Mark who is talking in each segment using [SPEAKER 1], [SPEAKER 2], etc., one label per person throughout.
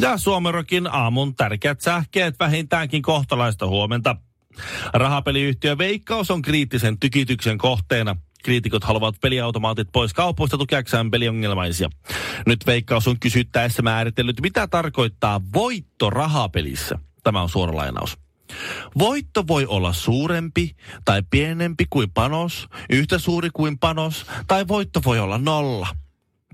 [SPEAKER 1] Ja Suomerokin aamun tärkeät sähkeet vähintäänkin kohtalaista huomenta. Rahapeliyhtiö Veikkaus on kriittisen tykityksen kohteena. Kriitikot haluavat peliautomaatit pois kaupoista tukeakseen peliongelmaisia. Nyt Veikkaus on kysyttäessä määritellyt, mitä tarkoittaa voitto rahapelissä. Tämä on suora lainaus. Voitto voi olla suurempi tai pienempi kuin panos, yhtä suuri kuin panos, tai voitto voi olla nolla.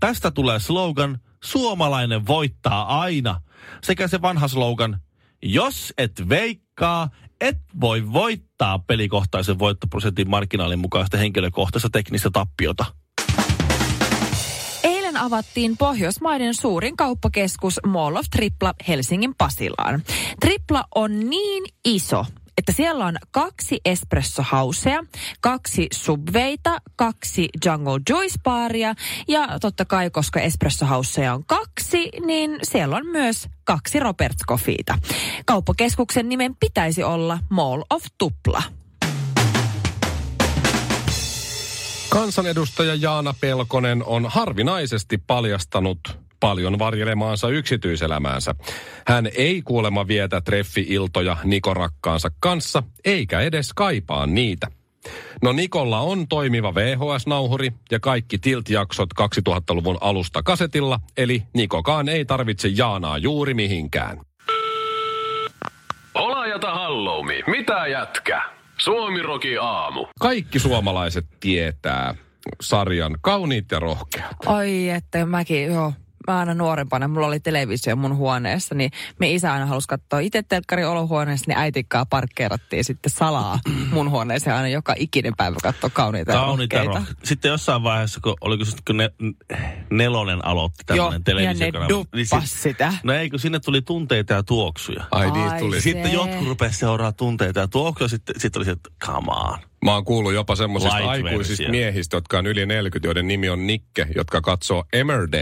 [SPEAKER 1] Tästä tulee slogan Suomalainen voittaa aina sekä se vanha slogan Jos et veikkaa, et voi voittaa pelikohtaisen voittoprosentin markkinaalin mukaista henkilökohtaista teknistä tappiota.
[SPEAKER 2] Eilen avattiin Pohjoismaiden suurin kauppakeskus Mall of Tripla Helsingin Pasilaan. Tripla on niin iso, että siellä on kaksi espressohausea, kaksi subveita, kaksi Jungle Juice baaria ja totta kai, koska espressohausseja on kaksi, niin siellä on myös kaksi Roberts Coffeeta. Kauppakeskuksen nimen pitäisi olla Mall of Tupla.
[SPEAKER 3] Kansanedustaja Jaana Pelkonen on harvinaisesti paljastanut paljon varjelemaansa yksityiselämäänsä. Hän ei kuulemma vietä treffi-iltoja Nikorakkaansa kanssa, eikä edes kaipaa niitä. No Nikolla on toimiva VHS-nauhuri ja kaikki Tilt-jaksot 2000-luvun alusta kasetilla, eli Nikokaan ei tarvitse Jaanaa juuri mihinkään.
[SPEAKER 4] Olajata halloumi. Mitä jätkä? Suomiroki aamu.
[SPEAKER 3] Kaikki suomalaiset tietää sarjan Kauniit ja rohkeat.
[SPEAKER 2] Oi, että mäkin, joo. Mä aina nuorempana, mulla oli televisio mun huoneessa, niin me isä aina halusi katsoa itse telkkari olohuoneessa, niin äitikkaa parkkeerattiin sitten salaa mun huoneeseen aina joka ikinen päivä katsoa kauniita ja
[SPEAKER 1] Kauniita
[SPEAKER 2] rohkeita.
[SPEAKER 1] roh- Sitten jossain vaiheessa, kun oliko se, kun ne, nelonen aloitti
[SPEAKER 2] Joo,
[SPEAKER 1] tämmöinen
[SPEAKER 2] ja ne
[SPEAKER 1] televisiokanava. niin
[SPEAKER 2] duppas
[SPEAKER 1] sit-
[SPEAKER 2] sitä.
[SPEAKER 1] No ei, kun sinne tuli tunteita ja tuoksuja.
[SPEAKER 3] Ai,
[SPEAKER 2] Ai
[SPEAKER 3] niistä tuli.
[SPEAKER 2] se.
[SPEAKER 1] Sitten jotkut rupesi seuraa tunteita ja tuoksuja, sitten, sitten oli se, että come on.
[SPEAKER 3] Mä oon kuullut jopa semmoisista
[SPEAKER 1] Light-versio.
[SPEAKER 3] aikuisista miehistä, jotka on yli 40, joiden nimi on Nikke, jotka katsoo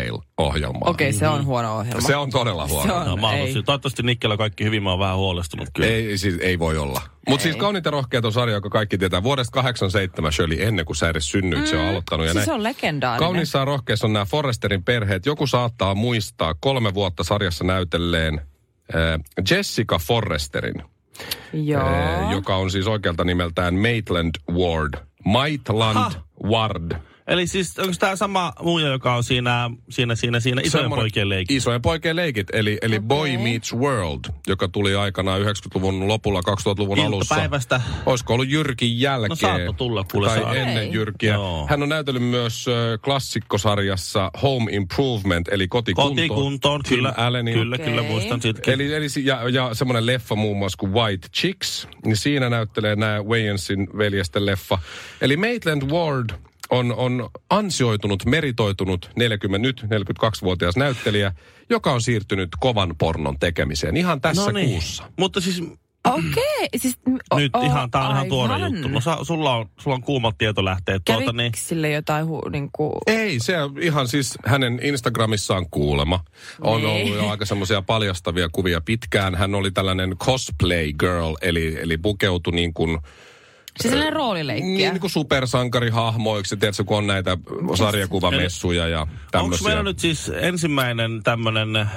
[SPEAKER 3] Emmerdale-ohjelmaa. Mm.
[SPEAKER 2] Okei, se on huono ohjelma.
[SPEAKER 3] Se on todella huono.
[SPEAKER 2] Se on.
[SPEAKER 1] No, mä oon
[SPEAKER 2] ei.
[SPEAKER 1] tosi- Toivottavasti Nikkellä kaikki hyvin, mä oon vähän huolestunut kyllä.
[SPEAKER 3] Ei, siis, ei voi olla. Mutta siis Kauniita rohkeat on sarja, joka kaikki tietää. Vuodesta 87 Shirley, ennen kuin sä edes synnyit, mm. se on aloittanut. Ja
[SPEAKER 2] Siis
[SPEAKER 3] näin.
[SPEAKER 2] se on legendaarinen.
[SPEAKER 3] Kaunissa ja rohkeissa on nämä Forresterin perheet. Joku saattaa muistaa kolme vuotta sarjassa näytelleen äh, Jessica Forresterin,
[SPEAKER 2] Joo.
[SPEAKER 1] eh,
[SPEAKER 3] äh, joka on siis oikealta nimeltään Maitland Ward. Maitland
[SPEAKER 1] Ha!
[SPEAKER 3] Ward.
[SPEAKER 1] Eli siis onko tämä sama muija, joka on siinä, siinä, siinä, siinä isojen
[SPEAKER 3] Semmonen-
[SPEAKER 1] poikien leikki?
[SPEAKER 3] Isojen poikien leikit, eli, eli okay. Boy Meets World, joka tuli aikanaan 90-luvun lopulla, 2000-luvun alussa.
[SPEAKER 1] Iltapäivästä.
[SPEAKER 3] Olisiko ollut Jyrkin jälkeen?
[SPEAKER 1] No saattoi tulla, kuule,
[SPEAKER 3] Tai
[SPEAKER 1] saa.
[SPEAKER 3] ennen
[SPEAKER 2] Ei.
[SPEAKER 3] Jyrkiä.
[SPEAKER 1] Joo.
[SPEAKER 3] Hän on näytellyt myös ö, klassikkosarjassa Home Improvement, eli kotikuntoon.
[SPEAKER 1] Kotikuntoon,
[SPEAKER 3] Tim
[SPEAKER 1] kyllä,
[SPEAKER 3] Allenin.
[SPEAKER 1] kyllä, kyllä,
[SPEAKER 2] Okei.
[SPEAKER 1] muistan siitäkin.
[SPEAKER 3] niin. Eli, eli, si- ja, ja semmoinen leffa muun muassa kuin White Chicks, niin siinä näyttelee nämä Wayansin veljesten leffa. Eli Maitland Ward on, on ansioitunut, meritoitunut 40, nyt 42-vuotias näyttelijä, joka on siirtynyt kovan pornon tekemiseen ihan tässä
[SPEAKER 1] Noniin.
[SPEAKER 3] kuussa.
[SPEAKER 1] No Mutta siis
[SPEAKER 2] Okei, siis... o-
[SPEAKER 1] nyt
[SPEAKER 2] o-
[SPEAKER 1] ihan, tää on ihan tuore
[SPEAKER 2] aivan.
[SPEAKER 1] juttu. No sa, sulla, on, sulla on kuumat tietolähteet.
[SPEAKER 2] Kävikö
[SPEAKER 1] Tuota, niin,
[SPEAKER 2] sille jotain hu, niin kuin...
[SPEAKER 3] Ei, se on ihan siis hänen Instagramissaan kuulema. On
[SPEAKER 2] Niin.
[SPEAKER 3] ollut jo aika semmoisia paljastavia kuvia pitkään. Hän oli tällainen cosplay girl, eli, eli pukeutui niin kuin,
[SPEAKER 2] Siis sellainen roolileikkiä.
[SPEAKER 3] niin kuin supersankarihahmoiksi, tiedätkö, kun on näitä sarjakuvamessuja ja
[SPEAKER 1] onko
[SPEAKER 3] tämmöisiä.
[SPEAKER 1] meillä nyt siis ensimmäinen tämmöinen äh,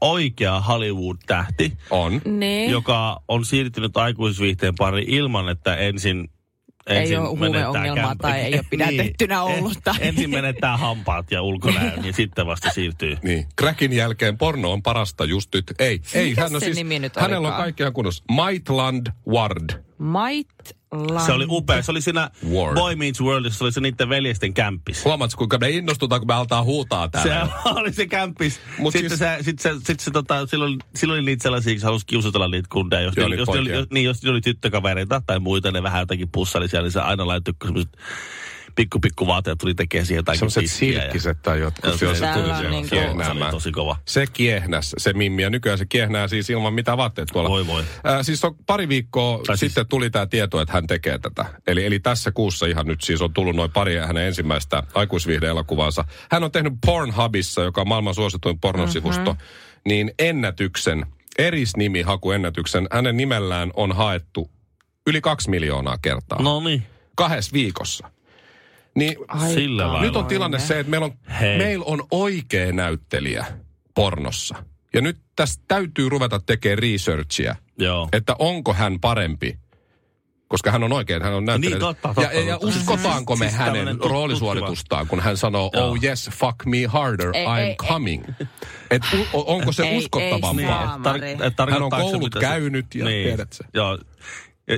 [SPEAKER 1] oikea Hollywood-tähti,
[SPEAKER 3] On.
[SPEAKER 2] Niin.
[SPEAKER 1] joka on siirtynyt aikuisviihteen pariin ilman, että ensin
[SPEAKER 2] Ei
[SPEAKER 1] ensin
[SPEAKER 2] oo
[SPEAKER 1] menettää
[SPEAKER 2] huumeongelmaa
[SPEAKER 1] kämp-
[SPEAKER 2] tai ei oo pidätettynä ollut tai-
[SPEAKER 1] En, ensin menettää hampaat ja ulkonäön ja sitten vasta siirtyy.
[SPEAKER 3] Niin. Crackin jälkeen porno on parasta just nyt. Ei, ei.
[SPEAKER 2] Mikä
[SPEAKER 3] Hän on
[SPEAKER 2] sen
[SPEAKER 3] siis,
[SPEAKER 2] nimi nyt
[SPEAKER 3] hänellä on
[SPEAKER 2] olikaan?
[SPEAKER 3] kaikki ihan kunnossa. Maitland Ward.
[SPEAKER 2] Maitland.
[SPEAKER 1] Se oli upea. Se oli siinä
[SPEAKER 3] Word.
[SPEAKER 1] Boy Meets Worldissa, se oli se niiden veljesten kämppis.
[SPEAKER 3] Huomaatko, kuinka me innostutaan, kun me altaa huutaa täällä?
[SPEAKER 1] Se oli se kämppis.
[SPEAKER 3] Mut
[SPEAKER 1] sitten
[SPEAKER 3] siis-
[SPEAKER 1] se, sit se, sit se tota, silloin, silloin oli niitä sellaisia, kun halusi kiusatella niitä kundeja. Jos,
[SPEAKER 3] Joo,
[SPEAKER 1] niillä-
[SPEAKER 3] niitä
[SPEAKER 1] jos, niillä oli,
[SPEAKER 3] poikia.
[SPEAKER 1] jos, niin, jos niillä oli tyttökavereita tai muita, ne vähän jotakin pussailisia, niin se aina laittoi semmoiset pikku pikku vaateet tuli tekemään siihen jotakin
[SPEAKER 3] Sellaiset
[SPEAKER 1] piskiä ja-
[SPEAKER 3] silkkiset tai
[SPEAKER 1] Joo,
[SPEAKER 3] jotkut.
[SPEAKER 1] se-
[SPEAKER 3] sellaiset
[SPEAKER 2] Tällä
[SPEAKER 3] tuli
[SPEAKER 2] on
[SPEAKER 3] siellä
[SPEAKER 2] niinku-
[SPEAKER 3] kiehnäämään.
[SPEAKER 1] Niin Se oli tosi kova.
[SPEAKER 3] Se kiehnäs, se mimmi. Ja nykyään se kiehnää siis ilman mitään vaatteet tuolla.
[SPEAKER 1] Voi voi.
[SPEAKER 3] Äh, siis on pari viikkoa
[SPEAKER 1] Tai siis-
[SPEAKER 3] sitten tuli tämä tieto, että hän tekee tätä. Eli, eli tässä kuussa ihan nyt siis on tullut noin pari hänen ensimmäistä aikuisviihdeelokuvaansa. Hän on tehnyt Pornhubissa, joka on maailman suosituin pornosivusto, mm-hmm. niin ennätyksen, erisnimi haku ennätyksen. Hänen nimellään on haettu yli kaksi miljoonaa kertaa.
[SPEAKER 1] No niin,
[SPEAKER 3] Kahdessa viikossa. Niin
[SPEAKER 1] sillä lailla.
[SPEAKER 3] nyt on tilanne se, että meillä on,
[SPEAKER 1] Hei.
[SPEAKER 3] meillä on oikea näyttelijä pornossa. Ja nyt tästä täytyy ruveta tekemään researchia,
[SPEAKER 1] Joo.
[SPEAKER 3] että onko hän parempi. Koska hän on oikein, hän on näyttelijä.
[SPEAKER 1] Niin, totta, totta,
[SPEAKER 3] ja, ja, ja
[SPEAKER 1] totta.
[SPEAKER 3] uskotaanko me
[SPEAKER 1] Siis
[SPEAKER 3] hänen
[SPEAKER 1] tällainen tut-
[SPEAKER 3] roolisuoritustaan, kun hän sanoo,
[SPEAKER 1] Joo.
[SPEAKER 3] oh yes, fuck me harder,
[SPEAKER 2] Ei,
[SPEAKER 3] I'm
[SPEAKER 2] ei, ei.
[SPEAKER 3] coming. Et, u- o- onko se
[SPEAKER 2] Ei, ei
[SPEAKER 3] uskottavampaa?
[SPEAKER 2] saa. Saamari.
[SPEAKER 1] Niin. et tarkoittaako
[SPEAKER 3] Hän on
[SPEAKER 1] se,
[SPEAKER 3] koulut
[SPEAKER 1] mitä se-
[SPEAKER 3] käynyt ja tiedät se.
[SPEAKER 1] Joo.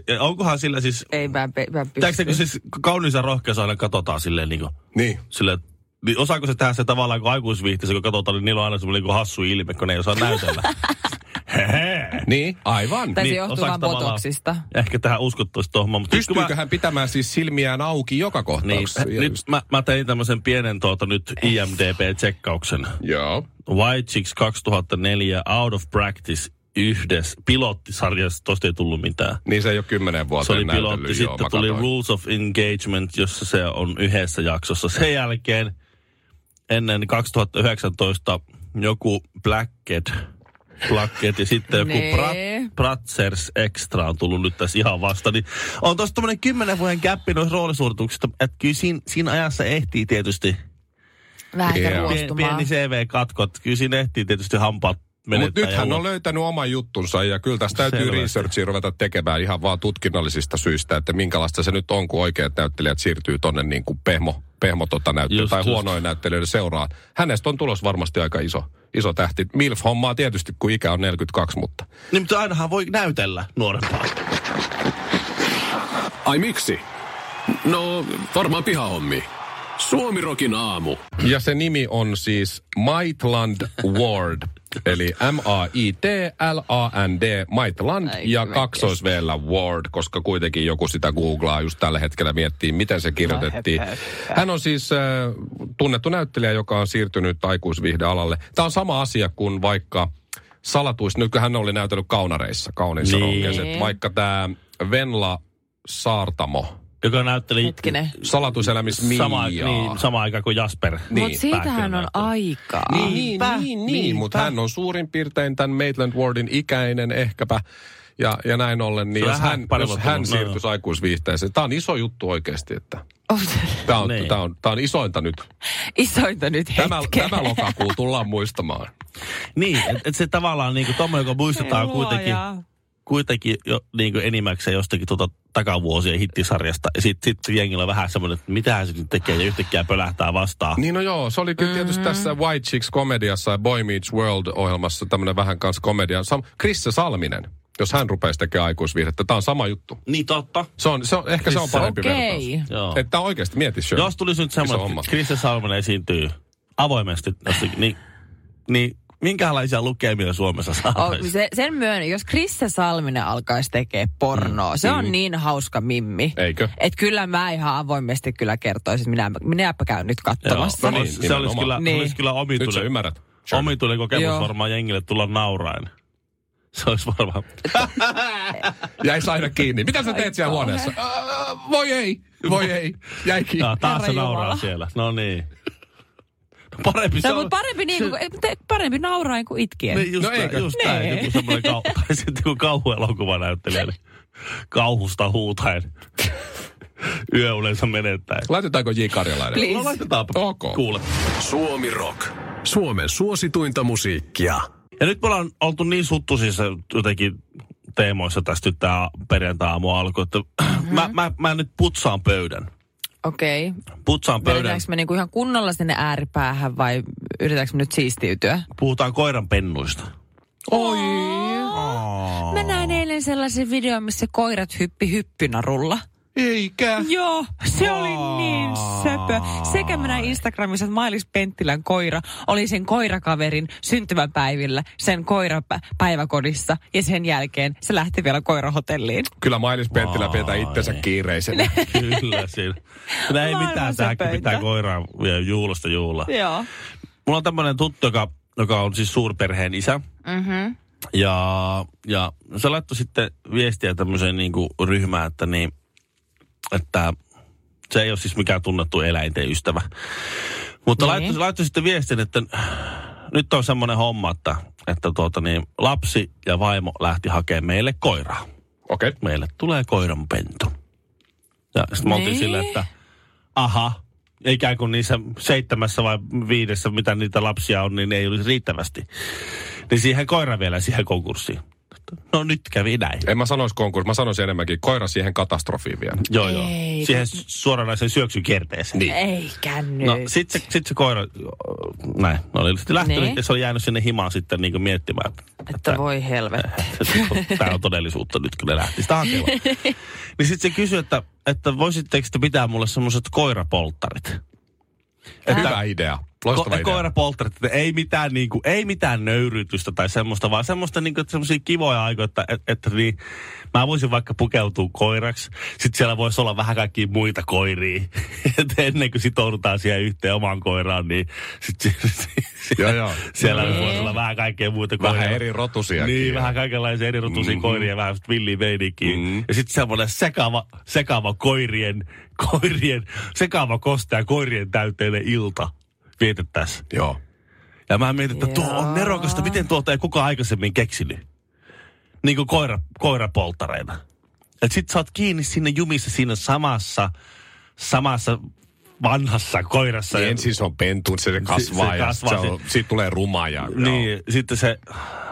[SPEAKER 1] Ja, ja onkohan sillä siis...
[SPEAKER 2] Ei mä, mä
[SPEAKER 1] Tiedätkö,
[SPEAKER 2] pysty.
[SPEAKER 1] kun siis kaunis ja rohkeus aina katsotaan silleen niin kuin,
[SPEAKER 3] Niin.
[SPEAKER 1] silleen, niin osaako se tehdä se tavallaan kuin aikuisviihteessä, kun katsotaan, niin niillä on aina semmoinen niin hassu ilme, kun ne ei osaa näytellä. Hehe.
[SPEAKER 3] Niin, aivan.
[SPEAKER 2] Tai se
[SPEAKER 1] Niin,
[SPEAKER 2] johtuu
[SPEAKER 1] osaako
[SPEAKER 2] vaan
[SPEAKER 1] tavallaan-
[SPEAKER 2] botoksista.
[SPEAKER 1] Ehkä tähän uskottaisi tuohon, mutta... nyt kun mä-
[SPEAKER 3] Pystyykö hän pitämään siis silmiään auki joka
[SPEAKER 1] Niin,
[SPEAKER 3] kohtauksessa? Ja
[SPEAKER 1] nyt
[SPEAKER 3] just- Eh.
[SPEAKER 1] mä, mä tein tämmöisen pienen tuota nyt IMDB-tsekkauksen.
[SPEAKER 3] Joo.
[SPEAKER 1] White Chicks 2004 Out of Practice yhdessä pilottisarjassa, tosta ei tullut mitään.
[SPEAKER 3] Niin se ei ole kymmenen
[SPEAKER 1] Se
[SPEAKER 3] vuotta
[SPEAKER 1] oli pilotti, sitten tuli Rules of Engagement, jossa se on yhdessä jaksossa. Sen jälkeen ennen 2019 joku Blackhead, Blackhead ja sitten joku
[SPEAKER 2] Nee.
[SPEAKER 1] Brat, Bratzers Extra on tullut nyt tässä ihan vasta. Niin on tuossa tämmöinen kymmenen vuoden käppi noissa roolisuorituksista, että kyllä siinä, siinä ajassa ehtii tietysti
[SPEAKER 2] Vähän
[SPEAKER 3] Joo.
[SPEAKER 2] ehkä
[SPEAKER 3] Pieni-
[SPEAKER 1] pieni,
[SPEAKER 2] ruostumaan.
[SPEAKER 1] pieni CV-katkot. Kyllä siinä ehtii tietysti hampaat
[SPEAKER 3] Mutta
[SPEAKER 1] menettää.
[SPEAKER 3] nyt hän
[SPEAKER 1] ja-
[SPEAKER 3] on löytänyt oman juttunsa ja kyllä tässä täytyy
[SPEAKER 1] Selvästi.
[SPEAKER 3] researchia ruveta tekemään ihan vaan tutkinnallisista syistä, että minkälaista se nyt on, kun oikeat näyttelijät siirtyy tonne niin kuin pehmo, pehmo tota näyttelijä
[SPEAKER 1] Just,
[SPEAKER 3] tai
[SPEAKER 1] just.
[SPEAKER 3] huonoin näyttelijöiden seuraan. Hänestä on tulos varmasti aika iso, iso tähti. MILF-hommaa tietysti, kun ikä on 42, mutta...
[SPEAKER 1] Niin, mutta ainahan voi näytellä nuorempaa.
[SPEAKER 4] Ai miksi? No, varmaan pihahommi. Suomirokin aamu.
[SPEAKER 3] Ja se nimi on siis Maitland Ward, eli M-A-I-T-L-A-N-D, Maitland
[SPEAKER 2] Ai,
[SPEAKER 3] ja
[SPEAKER 2] kyllä
[SPEAKER 3] kaksois vielä Ward, koska kuitenkin joku sitä googlaa just tällä hetkellä miettii, miten se kirjoitettiin. Hän on siis äh, tunnettu näyttelijä, joka on siirtynyt aikuisviihdealalle. Tämä on sama asia kuin vaikka salatuis, nyt kun hän oli näytellyt kaunareissa, kauniissa
[SPEAKER 1] Niin.
[SPEAKER 3] niin. vaikka tämä Venla Saartamo,
[SPEAKER 1] Joka näytteli
[SPEAKER 2] Hetkinen.
[SPEAKER 3] salatuiselämis Miiaa.
[SPEAKER 1] sama,
[SPEAKER 3] Ah.
[SPEAKER 1] niin, sama aika kuin Jasper.
[SPEAKER 3] Niin.
[SPEAKER 2] Mutta siitähän on
[SPEAKER 1] Pääkönä.
[SPEAKER 2] aikaa.
[SPEAKER 3] Niin, niin, niin, niin mutta hän on suurin piirtein tämän Maitland Wardin ikäinen ehkäpä. Ja, ja näin ollen, niin
[SPEAKER 1] Se
[SPEAKER 3] jos
[SPEAKER 1] vähän
[SPEAKER 3] hän,
[SPEAKER 1] paremmin
[SPEAKER 3] jos hän
[SPEAKER 1] tullut, no
[SPEAKER 3] siirtyisi aikuisviihteeseen. Tämä on iso juttu oikeasti, että tämä on,
[SPEAKER 1] Niin.
[SPEAKER 3] tämä on, tämä on isointa nyt.
[SPEAKER 2] Isointa nyt
[SPEAKER 3] Tämä,
[SPEAKER 2] hetken.
[SPEAKER 3] tämä lokakuu tullaan muistamaan.
[SPEAKER 1] Niin, että et se tavallaan niinku tommonen, joka muistetaan
[SPEAKER 2] Ei
[SPEAKER 1] kuitenkin,
[SPEAKER 2] luoja.
[SPEAKER 1] kuitenkin jo, niinku enimmäkseen jostakin tuota takavuosien hittisarjasta. Ja sitten sit jengillä on vähän semmoinen, että mitähän se nyt tekee ja yhtäkkiä pölähtää vastaan.
[SPEAKER 3] Niin no joo, se oli kyllä
[SPEAKER 1] Mm.
[SPEAKER 3] tietysti tässä White Chicks-komediassa ja Boy Meets World-ohjelmassa tämmöinen vähän kanssa komedia. Sam, Krisse Salminen, jos hän rupeaisi tekemään aikuisviihdettä, tämä on sama juttu.
[SPEAKER 1] Niin totta.
[SPEAKER 3] Se on, se on, ehkä se on
[SPEAKER 1] Krisse.
[SPEAKER 3] parempi
[SPEAKER 2] Okei.
[SPEAKER 3] vertaus.
[SPEAKER 1] Joo.
[SPEAKER 3] Että oikeasti mieti Shirley.
[SPEAKER 1] Jos tulisi nyt
[SPEAKER 3] Iso
[SPEAKER 1] semmoinen,
[SPEAKER 3] homma.
[SPEAKER 1] että Krista Salmen esiintyy avoimesti, jostakin, niin, niin minkälaisia lukemia Suomessa saa?
[SPEAKER 2] Oh, se, sen myönnän, jos Krista Salminen alkaisi tekee pornoa, se
[SPEAKER 1] Mm.
[SPEAKER 2] on niin hauska mimmi.
[SPEAKER 3] Eikö?
[SPEAKER 2] Et kyllä mä ihan avoimesti kyllä kertoisin, että minä, minäpä käyn nyt katsomassa.
[SPEAKER 1] Joo, no niin, se olisi
[SPEAKER 3] nimenomaan.
[SPEAKER 1] kyllä, niin.
[SPEAKER 2] Niin.
[SPEAKER 1] olisi kyllä
[SPEAKER 3] Nyt sä
[SPEAKER 1] omituinen,
[SPEAKER 3] ymmärrät. Shirley.
[SPEAKER 1] omituinen kokemus Joo.
[SPEAKER 2] Joo.
[SPEAKER 1] varmaan jengille tulla nauraen. Se olisi varmaan...
[SPEAKER 3] Jäi aina kiinni. Mitä sä teet siellä huoneessa? Äh, voi ei, voi ei. Jäi kiinni.
[SPEAKER 1] Jaa, taas se
[SPEAKER 2] Herra
[SPEAKER 1] nauraa
[SPEAKER 2] Jumala.
[SPEAKER 1] siellä. No niin. No parempi
[SPEAKER 2] No,
[SPEAKER 1] on-
[SPEAKER 2] mutta parempi, niin, kuin, ei, te- parempi nauraen kuin itkien.
[SPEAKER 1] Niin, just no
[SPEAKER 3] No
[SPEAKER 1] näin,
[SPEAKER 3] eikö?
[SPEAKER 1] just näin.
[SPEAKER 2] Niin.
[SPEAKER 1] Joku semmoinen kau... tai sitten kun kauhuelokuva näyttelee, niin kauhusta huutaen yöunensa menettäen.
[SPEAKER 3] Laitetaanko J. Karjalainen?
[SPEAKER 2] Please.
[SPEAKER 1] No laitetaanpa
[SPEAKER 3] Ok.
[SPEAKER 1] kuule.
[SPEAKER 4] Suomi Rock. Suomen suosituinta musiikkia.
[SPEAKER 1] Ja nyt me ollaan oltu niin suttuisissa jotenkin teemoissa tästä nyt tämä perjantai-aamu alkoi, että mm-hmm. mä, mä, mä, nyt putsaan pöydän.
[SPEAKER 2] Okei. Okay.
[SPEAKER 1] Putsaan pöydän.
[SPEAKER 2] Vedetäänkö me niinku ihan kunnolla sinne ääripäähän vai yritetäänkö me nyt siistiytyä?
[SPEAKER 1] Puhutaan koiran pennuista.
[SPEAKER 3] Oi.
[SPEAKER 2] Mä näin eilen sellaisen videon, missä koirat hyppi hyppynarulla.
[SPEAKER 1] Eikä.
[SPEAKER 2] Joo, se oli niin söpö. Sekä minä Instagramissa että Mailis Penttilän koira oli sen koirakaverin syntymäpäivillä sen koirapäiväkodissa ja sen jälkeen se lähti vielä koirahotelliin.
[SPEAKER 3] Kyllä Mailis Penttilä pitää itsensä kiireisenä.
[SPEAKER 1] Kyllä siinä. Kyllä ei
[SPEAKER 2] Maailman
[SPEAKER 1] mitään, tähänkin
[SPEAKER 2] söpöintä.
[SPEAKER 1] pitää koiraa ja juulasta juulaa.
[SPEAKER 2] Joo.
[SPEAKER 1] Mulla on tämmöinen tuttu, joka, joka on siis suurperheen isä. Mm-hmm. Ja, ja se laittoi sitten viestiä tämmöiseen niin kuin ryhmään, että, niin, että se ei ole siis mikään tunnettu eläinten ystävä. Mutta
[SPEAKER 2] Niin.
[SPEAKER 1] laittoi, laittoi sitten viestin, että nyt on semmoinen homma, että, että tuota niin, lapsi ja vaimo lähti hakemaan meille koiraa
[SPEAKER 3] Okei. Okay.
[SPEAKER 1] meille tulee koiranpentu. Ja sitten me oltiin
[SPEAKER 2] Niin.
[SPEAKER 1] silleen, että aha, ikään kuin niissä seitsemässä vai viidessä, mitä niitä lapsia on, niin ei olisi riittävästi. Niin siihen koira vielä siihen konkurssiin. No nyt kävi näin.
[SPEAKER 3] En mä sanoisi konkurssi, mä sanoisin enemmänkin koira siihen katastrofiin vielä.
[SPEAKER 1] Joo, joo.
[SPEAKER 2] Ei,
[SPEAKER 1] Siihen s- suoranaiseen syöksykierteeseen. Niin.
[SPEAKER 2] Eikä nyt.
[SPEAKER 1] No sit se, sit se koira, näin, no oli sitten lähtenyt
[SPEAKER 2] Niin.
[SPEAKER 1] ja se oli jäänyt sinne himaan sitten niin miettimään.
[SPEAKER 2] Että voi helvetti.
[SPEAKER 1] Tämä on todellisuutta nyt, kun ne lähti sitä hakemaan. niin sitten se kysyi, että, että voisitteko te pitää mulle semmoiset koirapolttarit?
[SPEAKER 3] Hyvä idea. Loistava
[SPEAKER 1] Ko-
[SPEAKER 3] idea.
[SPEAKER 1] koirapolttarit, että ei mitään, niin kuin, ei mitään nöyrytystä tai semmoista, vaan semmoista niin kuin, semmoisia kivoja aikoja, että, et, että niin, mä voisin vaikka pukeutua koiraksi. Sitten siellä voisi olla vähän kaikkia muita koiria. Et ennen kuin sitoudutaan siihen yhteen omaan koiraan, niin sitten
[SPEAKER 3] Joo, joo.
[SPEAKER 1] siellä voisi olla vähän kaikkea muuta koiria.
[SPEAKER 3] Vähän eri Mm-hmm. rotusia.
[SPEAKER 1] Niin, vähän kaikenlaisia erirotuisia mm. koiria, vähän semmoista villiä meininkiä.
[SPEAKER 3] Mm.
[SPEAKER 1] Mm. Ja sitten semmoinen sekava, sekava koirien, koirien, sekava kostea koirien täyteinen ilta vietettäisiin.
[SPEAKER 3] Joo.
[SPEAKER 1] Ja mä mietin, että tuo on nerokasta, miten tuolta ei kukaan aikaisemmin keksinyt. Niin kuin koira, koirapolttareina. Et sit sä oot kiinni sinne jumissa siinä samassa, samassa vanhassa koirassa. Ja-
[SPEAKER 3] Ensin se on pentun, se, se kasvaa, se, se kasvaa ja se on, siitä tulee ruma. Ja,
[SPEAKER 1] Niin, sitten se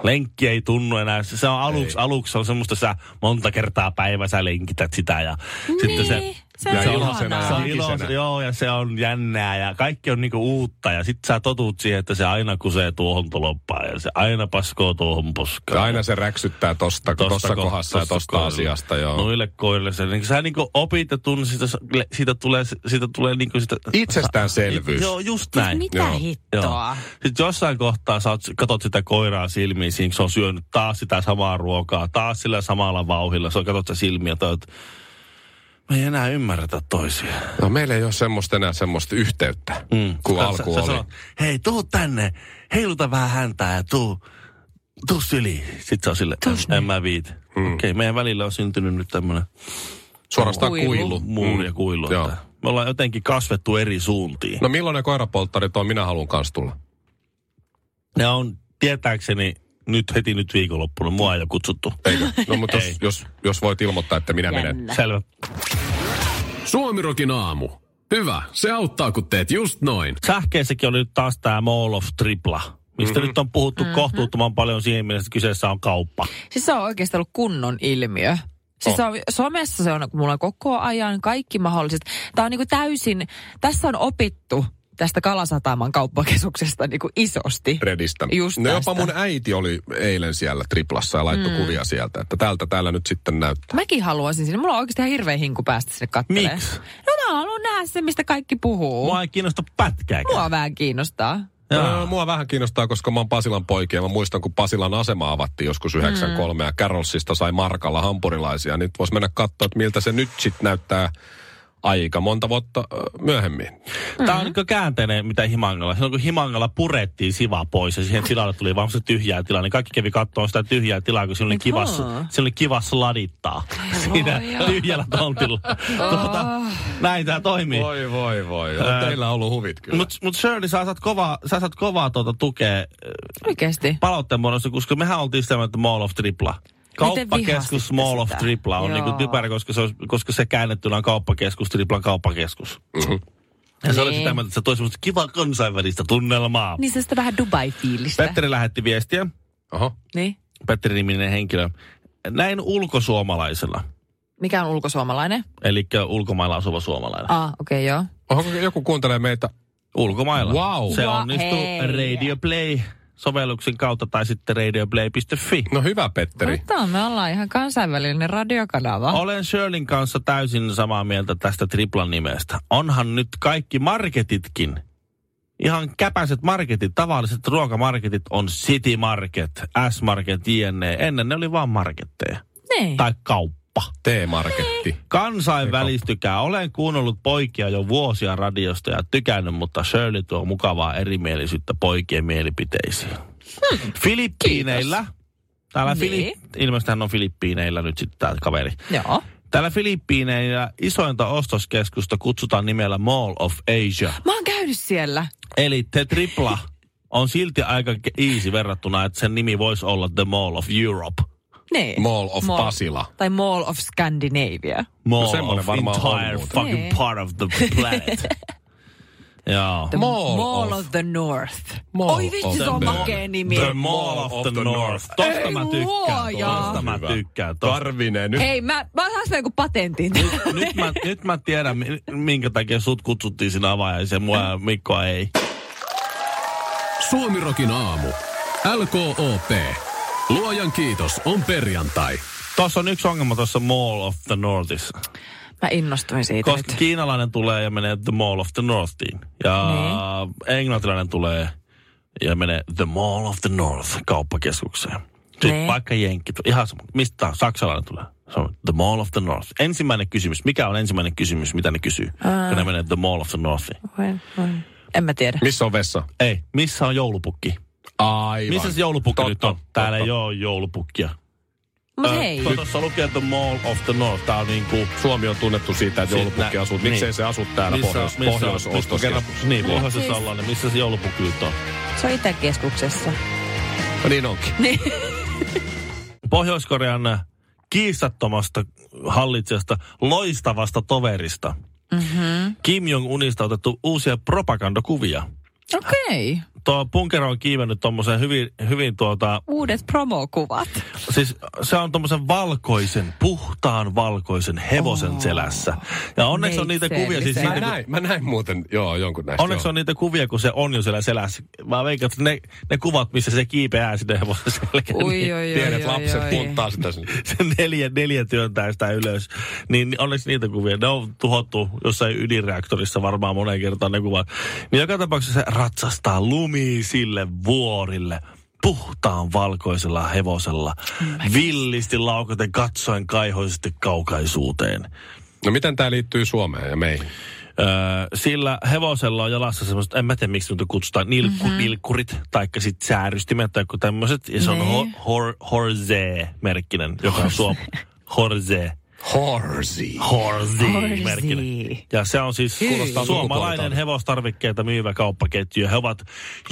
[SPEAKER 1] lenkki ei tunnu enää. Se se on aluksi, aluksi on semmoista, sä monta kertaa päivässä sä lenkität sitä ja niin, sitten se...
[SPEAKER 2] se
[SPEAKER 3] on
[SPEAKER 1] se on,
[SPEAKER 3] iloisena ja
[SPEAKER 1] se on
[SPEAKER 3] henkisenä.
[SPEAKER 1] iloisena, joo, ja se on jännää ja kaikki on niinku uutta ja sit sä totut siihen, että se aina kusee tuohon toloppaan ja se aina paskoo tuohon
[SPEAKER 3] Joo.
[SPEAKER 1] poskaan.
[SPEAKER 3] Aina se räksyttää tosta, tosta, tosta
[SPEAKER 1] ko-
[SPEAKER 3] kohdassa ja tosta
[SPEAKER 1] kohdalla.
[SPEAKER 3] asiasta. Joo.
[SPEAKER 1] Noille koirille se, niin sä niinku opit ja tunnet, siitä, siitä tulee, siitä tulee niinku sitä...
[SPEAKER 3] Itsestäänselvyys.
[SPEAKER 1] Joo, just näin.
[SPEAKER 2] Siis Mitä
[SPEAKER 3] Joo.
[SPEAKER 2] hittoa?
[SPEAKER 1] Sitten jossain kohtaa sä oot, katot sitä koiraa silmiin, siinä se on syönyt taas sitä samaa ruokaa, taas sillä samalla vauhilla. Sä katot sitä silmiä, tai oot, me ei enää ymmärretä toisia.
[SPEAKER 3] No, meillä ei ole semmoista enää semmoista yhteyttä, mm. kuin
[SPEAKER 1] Sä-
[SPEAKER 3] alku
[SPEAKER 1] sä, Sä
[SPEAKER 3] oli.
[SPEAKER 1] sanot, hei, tuu tänne, heiluta vähän häntää ja tuu, tuu syliin. Sitten se on sille, en, en mä viit.
[SPEAKER 3] Hmm.
[SPEAKER 1] Mm. Okei, meidän välillä on syntynyt nyt tämmönen
[SPEAKER 3] Suorastaan
[SPEAKER 2] Kuilu.
[SPEAKER 3] kuilu. Mm.
[SPEAKER 1] kuilu, muuri ja kuilu.
[SPEAKER 3] hmm, Joo.
[SPEAKER 1] Että me ollaan jotenkin kasvettu eri suuntiin.
[SPEAKER 3] No milloin ne koirapolttarit on, minä haluan kans tulla.
[SPEAKER 1] Ne on tietääkseni nyt heti nyt viikonloppuna, mua ei ole kutsuttu.
[SPEAKER 3] Eikö? No mutta jos, jos, jos voit ilmoittaa, että minä
[SPEAKER 2] Jännä.
[SPEAKER 3] menen.
[SPEAKER 1] Selvä.
[SPEAKER 4] Suomirokin aamu. Hyvä, se auttaa kun teet just noin.
[SPEAKER 1] sähkeissäkin oli nyt taas tämä Mall of Tripla, mistä mm-hmm. nyt on puhuttu mm-hmm. kohtuuttoman paljon siihen mielessä, että kyseessä on kauppa.
[SPEAKER 2] Siis se on oikeasti ollut kunnon ilmiö. Siis se on, somessa se on mulla koko ajan kaikki mahdolliset. Tämä on niinku täysin, tässä on opittu tästä Kalasataman kauppakeskuksesta niinku isosti.
[SPEAKER 3] Redistä.
[SPEAKER 2] Just
[SPEAKER 3] no jopa
[SPEAKER 2] tästä.
[SPEAKER 3] mun äiti oli eilen siellä triplassa ja laittoi mm. kuvia sieltä, että tältä täällä nyt sitten näyttää.
[SPEAKER 2] Mäkin haluaisin sinne. Mulla on oikeasti ihan hirveä hinku päästä sinne katselemaan.
[SPEAKER 1] Miksi?
[SPEAKER 2] No mä haluan nähdä se, mistä kaikki puhuu.
[SPEAKER 1] Mua ei kiinnosta pätkääkään.
[SPEAKER 2] Mua vähän kiinnostaa.
[SPEAKER 3] No, mua vähän kiinnostaa, koska mä oon Pasilan poikia. Mä muistan, kun Pasilan asema avattiin joskus 93 mm. ja Carrollsista sai markalla hampurilaisia. Nyt vois mennä katsoa, että miltä se nyt sitten näyttää aika monta vuotta ö, myöhemmin.
[SPEAKER 1] Tämä on niin käänteinen, mitä Himangalla. Silloin kun Himangalla purettiin siva pois ja siihen tilalle tuli vaan se tyhjää tilaa, niin kaikki kävi katsomaan sitä tyhjää tilaa, kun siinä oli,
[SPEAKER 2] Niin
[SPEAKER 1] kivas,
[SPEAKER 2] haa.
[SPEAKER 1] siinä oli kivas ladittaa siinä tyhjällä tontilla. tuota, näin tämä toimii.
[SPEAKER 3] Voi, voi, voi. On teillä ollut huvit kyllä.
[SPEAKER 1] Mutta mut Shirley, sä saat kovaa, sä saat kovaa tuota tukea
[SPEAKER 2] Oikeasti.
[SPEAKER 1] palautteen muodossa, koska mehän oltiin sitä, mieltä, että Mall of Tripla. Kauppakeskus
[SPEAKER 2] vihasitte
[SPEAKER 1] Mall of
[SPEAKER 2] sitä?
[SPEAKER 1] Tripla on
[SPEAKER 2] Joo.
[SPEAKER 1] niinku typerä, koska se, on, koska se käännettynä on kauppakeskus, Triplan kauppakeskus. Ja se oli
[SPEAKER 2] Niin.
[SPEAKER 1] sitä mieltä, että se toi semmoista kivaa kansainvälistä tunnelmaa.
[SPEAKER 2] Niin se sitä vähän Dubai-fiilistä.
[SPEAKER 1] Petteri lähetti viestiä,
[SPEAKER 3] Oho.
[SPEAKER 2] Niin.
[SPEAKER 1] Petteri-niminen henkilö. Näin ulkosuomalaisella,
[SPEAKER 2] Mikä on ulkosuomalainen?
[SPEAKER 1] eli ulkomailla asuva suomalainen.
[SPEAKER 2] Ah, okei, okay, joo.
[SPEAKER 3] Oho, joku kuuntelee meitä.
[SPEAKER 1] Ulkomailla.
[SPEAKER 3] Wow.
[SPEAKER 1] Se
[SPEAKER 2] Wow,
[SPEAKER 1] onnistuu
[SPEAKER 2] hei.
[SPEAKER 1] Radio Play sovelluksen kautta tai sitten radioplay.fi.
[SPEAKER 3] No hyvä, Petteri.
[SPEAKER 2] Mutta me ollaan ihan kansainvälinen radiokanava.
[SPEAKER 1] Ah. Olen Shirleyn kanssa täysin samaa mieltä tästä triplan nimestä. Onhan nyt kaikki marketitkin, ihan käpäiset marketit, tavalliset ruokamarketit on City Market, S-Market, jne. Ennen ne oli vaan marketteja.
[SPEAKER 2] Niin.
[SPEAKER 1] Tai kauppa.
[SPEAKER 3] T-marketti.
[SPEAKER 2] Niin,
[SPEAKER 1] Kansainvälistykää. Olen kuunnellut poikia jo vuosia radiosta ja tykännyt, mutta Shirley tuo mukavaa erimielisyyttä poikien mielipiteisiin. Hmm, Filippiineillä. Täällä
[SPEAKER 2] Niin.
[SPEAKER 1] Fili- ilmeisesti hän on Filippiineillä nyt sitten tämä kaveri.
[SPEAKER 2] Joo.
[SPEAKER 1] Täällä Filippiineillä isointa ostoskeskusta kutsutaan nimellä Mall of Asia.
[SPEAKER 2] Mä oon käynyt siellä.
[SPEAKER 1] Eli The Tripla on silti aika ke- easy verrattuna, että sen nimi voisi olla The Mall of Europe.
[SPEAKER 3] No
[SPEAKER 2] Niin.
[SPEAKER 3] Mall of Pasila.
[SPEAKER 2] Tai Mall of Scandinavia.
[SPEAKER 1] Mall
[SPEAKER 3] semmonen
[SPEAKER 1] of
[SPEAKER 3] varmaan on
[SPEAKER 1] entire
[SPEAKER 3] muuten.
[SPEAKER 1] fucking
[SPEAKER 2] Niin.
[SPEAKER 1] part of the planet. Joo.
[SPEAKER 2] The
[SPEAKER 3] Mall
[SPEAKER 2] Mall
[SPEAKER 3] of-
[SPEAKER 2] of the North.
[SPEAKER 3] Mall
[SPEAKER 2] Oi vitsi,
[SPEAKER 3] of
[SPEAKER 2] se on
[SPEAKER 3] the-
[SPEAKER 2] makea nimi.
[SPEAKER 1] The Mall of the North. Tosta
[SPEAKER 2] Ei
[SPEAKER 1] mä tykkään.
[SPEAKER 2] luoja.
[SPEAKER 1] Tosta mä
[SPEAKER 3] Hyvä.
[SPEAKER 1] tykkään. Tosta
[SPEAKER 3] Tarvinen nyt.
[SPEAKER 2] Hei, mä, mä saas joku patentin.
[SPEAKER 1] nyt, nyt, mä, nyt mä tiedän, mi- minkä takia sut kutsuttiin sinne avajaiseen. Mua ja Mikkoa ei.
[SPEAKER 5] Suomirokin aamu. LKOP. Luojan kiitos on perjantai.
[SPEAKER 1] Tuossa on yksi ongelma tuossa Mall of the Northissa.
[SPEAKER 2] Mä innostuin siitä
[SPEAKER 1] Koska
[SPEAKER 2] nyt.
[SPEAKER 1] kiinalainen tulee ja menee The Mall of the Northiin. Ja englantilainen tulee ja menee The Mall of the North kauppakeskukseen. Sitten
[SPEAKER 2] Niin.
[SPEAKER 1] vaikka jenkki, tu- ihan sama, mistä tää on, saksalainen tulee. Se on The Mall of the North. Ensimmäinen kysymys. Mikä on ensimmäinen kysymys, mitä ne kysyy, kun ne menee The Mall of the Northiin?
[SPEAKER 2] Voi, voi. En mä tiedä.
[SPEAKER 3] Missä on vessa?
[SPEAKER 1] Ei, missä on joulupukki?
[SPEAKER 3] Aivan.
[SPEAKER 1] Missä se joulupukki
[SPEAKER 3] Totta,
[SPEAKER 1] nyt on? Täällä
[SPEAKER 3] totta.
[SPEAKER 1] ei ole joulupukkia.
[SPEAKER 2] Mut
[SPEAKER 1] Ö,
[SPEAKER 2] hei.
[SPEAKER 1] kun Tuossa lukee The Mall of the North. Tää on niinku...
[SPEAKER 3] Suomi on tunnettu siitä, että
[SPEAKER 1] Sit
[SPEAKER 3] joulupukki
[SPEAKER 1] nä-
[SPEAKER 3] asuu.
[SPEAKER 1] niin.
[SPEAKER 3] Miksei se asu täällä pohjois, pohjois,
[SPEAKER 1] on- missä kerran- Niin, pohjoisessa ollaan, niin missä se joulupukki nyt on?
[SPEAKER 2] Se on Itäkeskuksessa.
[SPEAKER 3] Niin onkin.
[SPEAKER 1] Pohjois-Korean kiistattomasta hallitsijasta, loistavasta toverista. Mm-hmm. Kim Jong-unista otettu uusia propagandakuvia.
[SPEAKER 2] Okei. Okay.
[SPEAKER 1] Tuo punkero on kiivennyt tuommoisen hyvin, hyvin tuota,
[SPEAKER 2] Uudet promokuvat.
[SPEAKER 3] Niin,
[SPEAKER 1] siis se on tuommoisen valkoisen, puhtaan valkoisen hevosen oh. selässä. Ja onneksi on niitä kuvia, siis
[SPEAKER 2] Neitseellisen.
[SPEAKER 3] Mä
[SPEAKER 1] niitä,
[SPEAKER 3] näin, mä näin muuten, joo, jonkun näistä.
[SPEAKER 1] onneksi
[SPEAKER 3] joo.
[SPEAKER 1] on niitä kuvia, kun se on jo siellä selässä. Mä veikkaan, että ne, ne kuvat, missä se kiipeää sinne hevosen selkään. niin-
[SPEAKER 2] Oi, oi, oi,
[SPEAKER 3] Pienet
[SPEAKER 2] oi,
[SPEAKER 3] lapset
[SPEAKER 2] oi.
[SPEAKER 3] punttaa sitä sinne.
[SPEAKER 1] se neljä, neljä työntää sitä ylös. Niin onneksi niitä kuvia, ne on tuhottu jossain ydinreaktorissa varmaan moneen kertaan ne kuvat. Niin joka tapauksessa se ratsastaa lumisille vuorille puhtaan valkoisella hevosella. Villisti laukaten katsoen kaihoisesti kaukaisuuteen.
[SPEAKER 3] No miten tämä liittyy Suomeen ja meihin?
[SPEAKER 1] Öö, sillä hevosella on jalassa semmoiset, en mä tiedä miksi niitä kutsutaan, nilkku, mm-hmm. nilkkurit, taikka sitten säärystimet tai joku tämmöiset. Ja se on
[SPEAKER 2] Nee.
[SPEAKER 1] ho, hor, horzee-merkkinen, joka on suom... Horzee.
[SPEAKER 3] Horsi.
[SPEAKER 1] Horsi merkinen. Ja se on siis
[SPEAKER 3] Kuulostaa
[SPEAKER 1] suomalainen
[SPEAKER 3] sukupuoleltaan.
[SPEAKER 1] hevostarvikkeita myyvä kauppaketju. He ovat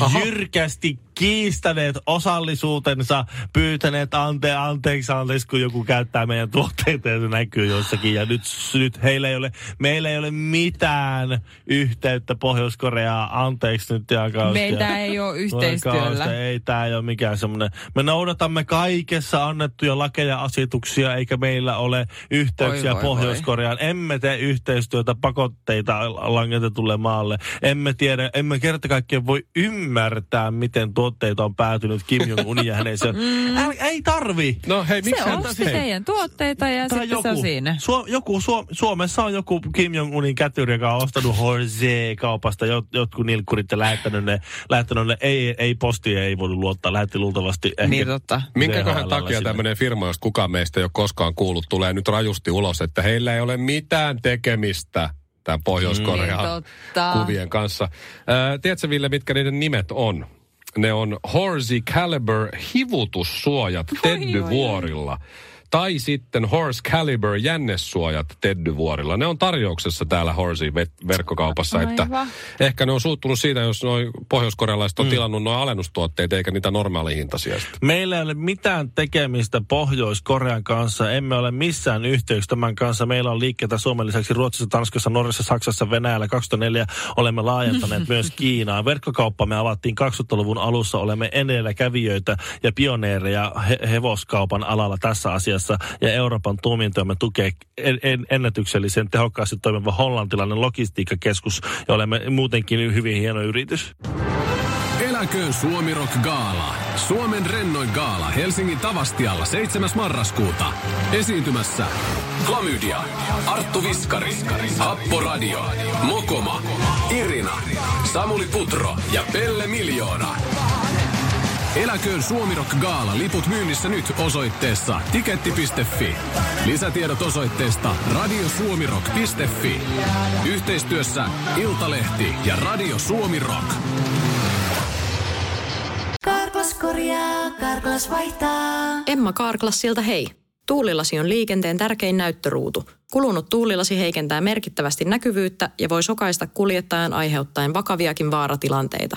[SPEAKER 1] Aha. jyrkästi kiistäneet osallisuutensa, pyytäneet ante, anteeksi, anteeksi, kun joku käyttää meidän tuotteita ja se näkyy jossakin. Ja nyt, nyt heillä ei ole, meillä ei ole mitään yhteyttä Pohjois-Koreaan. Anteeksi nyt ja kausia.
[SPEAKER 2] Meitä ei ole yhteistyöllä.
[SPEAKER 1] Kausta, ei, tämä ei ole mikään semmoinen. Me noudatamme kaikessa annettuja lakeja ja asetuksia, eikä meillä ole yhteyksiä
[SPEAKER 2] Voi, voi,
[SPEAKER 1] Pohjois-Koreaan. Emme tee yhteistyötä pakotteita langetetulle maalle. Emme tiedä, emme kerta kaikkiaan voi ymmärtää, miten tuotteita on päätynyt Kim Jong-un ja hänen se...
[SPEAKER 2] Mm.
[SPEAKER 1] Äl, ei tarvi!
[SPEAKER 3] No hei, miksi
[SPEAKER 2] Se
[SPEAKER 3] hän-
[SPEAKER 2] on se
[SPEAKER 3] hei,
[SPEAKER 2] teidän tuotteita ja
[SPEAKER 1] Tää
[SPEAKER 2] sitten se on siinä.
[SPEAKER 1] Suo, joku Suo, Suomessa on joku Kim Jong-unin kätyri, joka on ostanut Horse-kaupasta jot, jotkut nilkkurit ja lähettänyt ne. Lähettänyt ne. Ei, ei postia ei voinut luottaa. Lähetti luultavasti ehkä
[SPEAKER 2] Niin totta.
[SPEAKER 3] Minkäköhän
[SPEAKER 1] DHL
[SPEAKER 3] takia
[SPEAKER 1] sinne.
[SPEAKER 3] tämmöinen firma, jos kukaan meistä ei ole koskaan kuullut, tulee nyt rajusti ulos, että heillä ei ole mitään tekemistä tämän
[SPEAKER 2] Niin
[SPEAKER 3] Pohjois-Korean
[SPEAKER 2] totta.
[SPEAKER 3] kuvien kanssa. Ää, tiedätkö Ville, mitkä niiden nimet on? Ne on Horsey Caliber hivutussuojat Teddyvuorilla. Tai sitten Horse Caliber jännessuojat Teddyvuorilla. Ne on tarjouksessa täällä Horsey vet- verkkokaupassa. Että
[SPEAKER 2] Aivan.
[SPEAKER 3] ehkä ne on suuttunut siitä, jos noi pohjoiskorealaiset on mm. tilannut noin alennustuotteet eikä niitä normaalihintaisia. sitten.
[SPEAKER 1] Meillä ei ole mitään tekemistä Pohjois-Korean kanssa. Emme ole missään yhteyksissä tämän kanssa. Meillä on liikkeitä Suomen lisäksi Ruotsissa, Tanskassa, Norjassa, Saksassa, Venäjällä. 2004 olemme laajentaneet myös Kiinaan. Verkkokauppamme avattiin 2000-luvun alussa. Olemme edelläkävijöitä ja pioneereja he- hevoskaupan alalla tässä asiassa. Ja Euroopan tuomintoimme tukee en- en- ennätyksellisen tehokkaasti toimiva hollantilainen logistiikkakeskus. Ja olemme muutenkin hyvin hieno yritys.
[SPEAKER 5] Elä Jääköön Suomi Rock Gaala. Suomen rennoin gaala Helsingin Tavastialla 7. marraskuuta. Esiintymässä Klamydia, Arttu Viskari, Happo Radio, Mokoma, Irina, Samuli Putro ja Pelle Miljoona. Eläköön Suomi Rock Gaala. Liput myynnissä nyt osoitteessa tiketti.fi. Lisätiedot osoitteesta radiosuomirock.fi. Yhteistyössä Iltalehti ja Radio Suomi Rock.
[SPEAKER 6] Karklas korjaa, Karklas vaihtaa.
[SPEAKER 7] Emma Kaarklas siltä hei. Tuulilasi on liikenteen tärkein näyttöruutu. Kulunut tuulilasi heikentää merkittävästi näkyvyyttä ja voi sokaista kuljettajan aiheuttaen vakaviakin vaaratilanteita.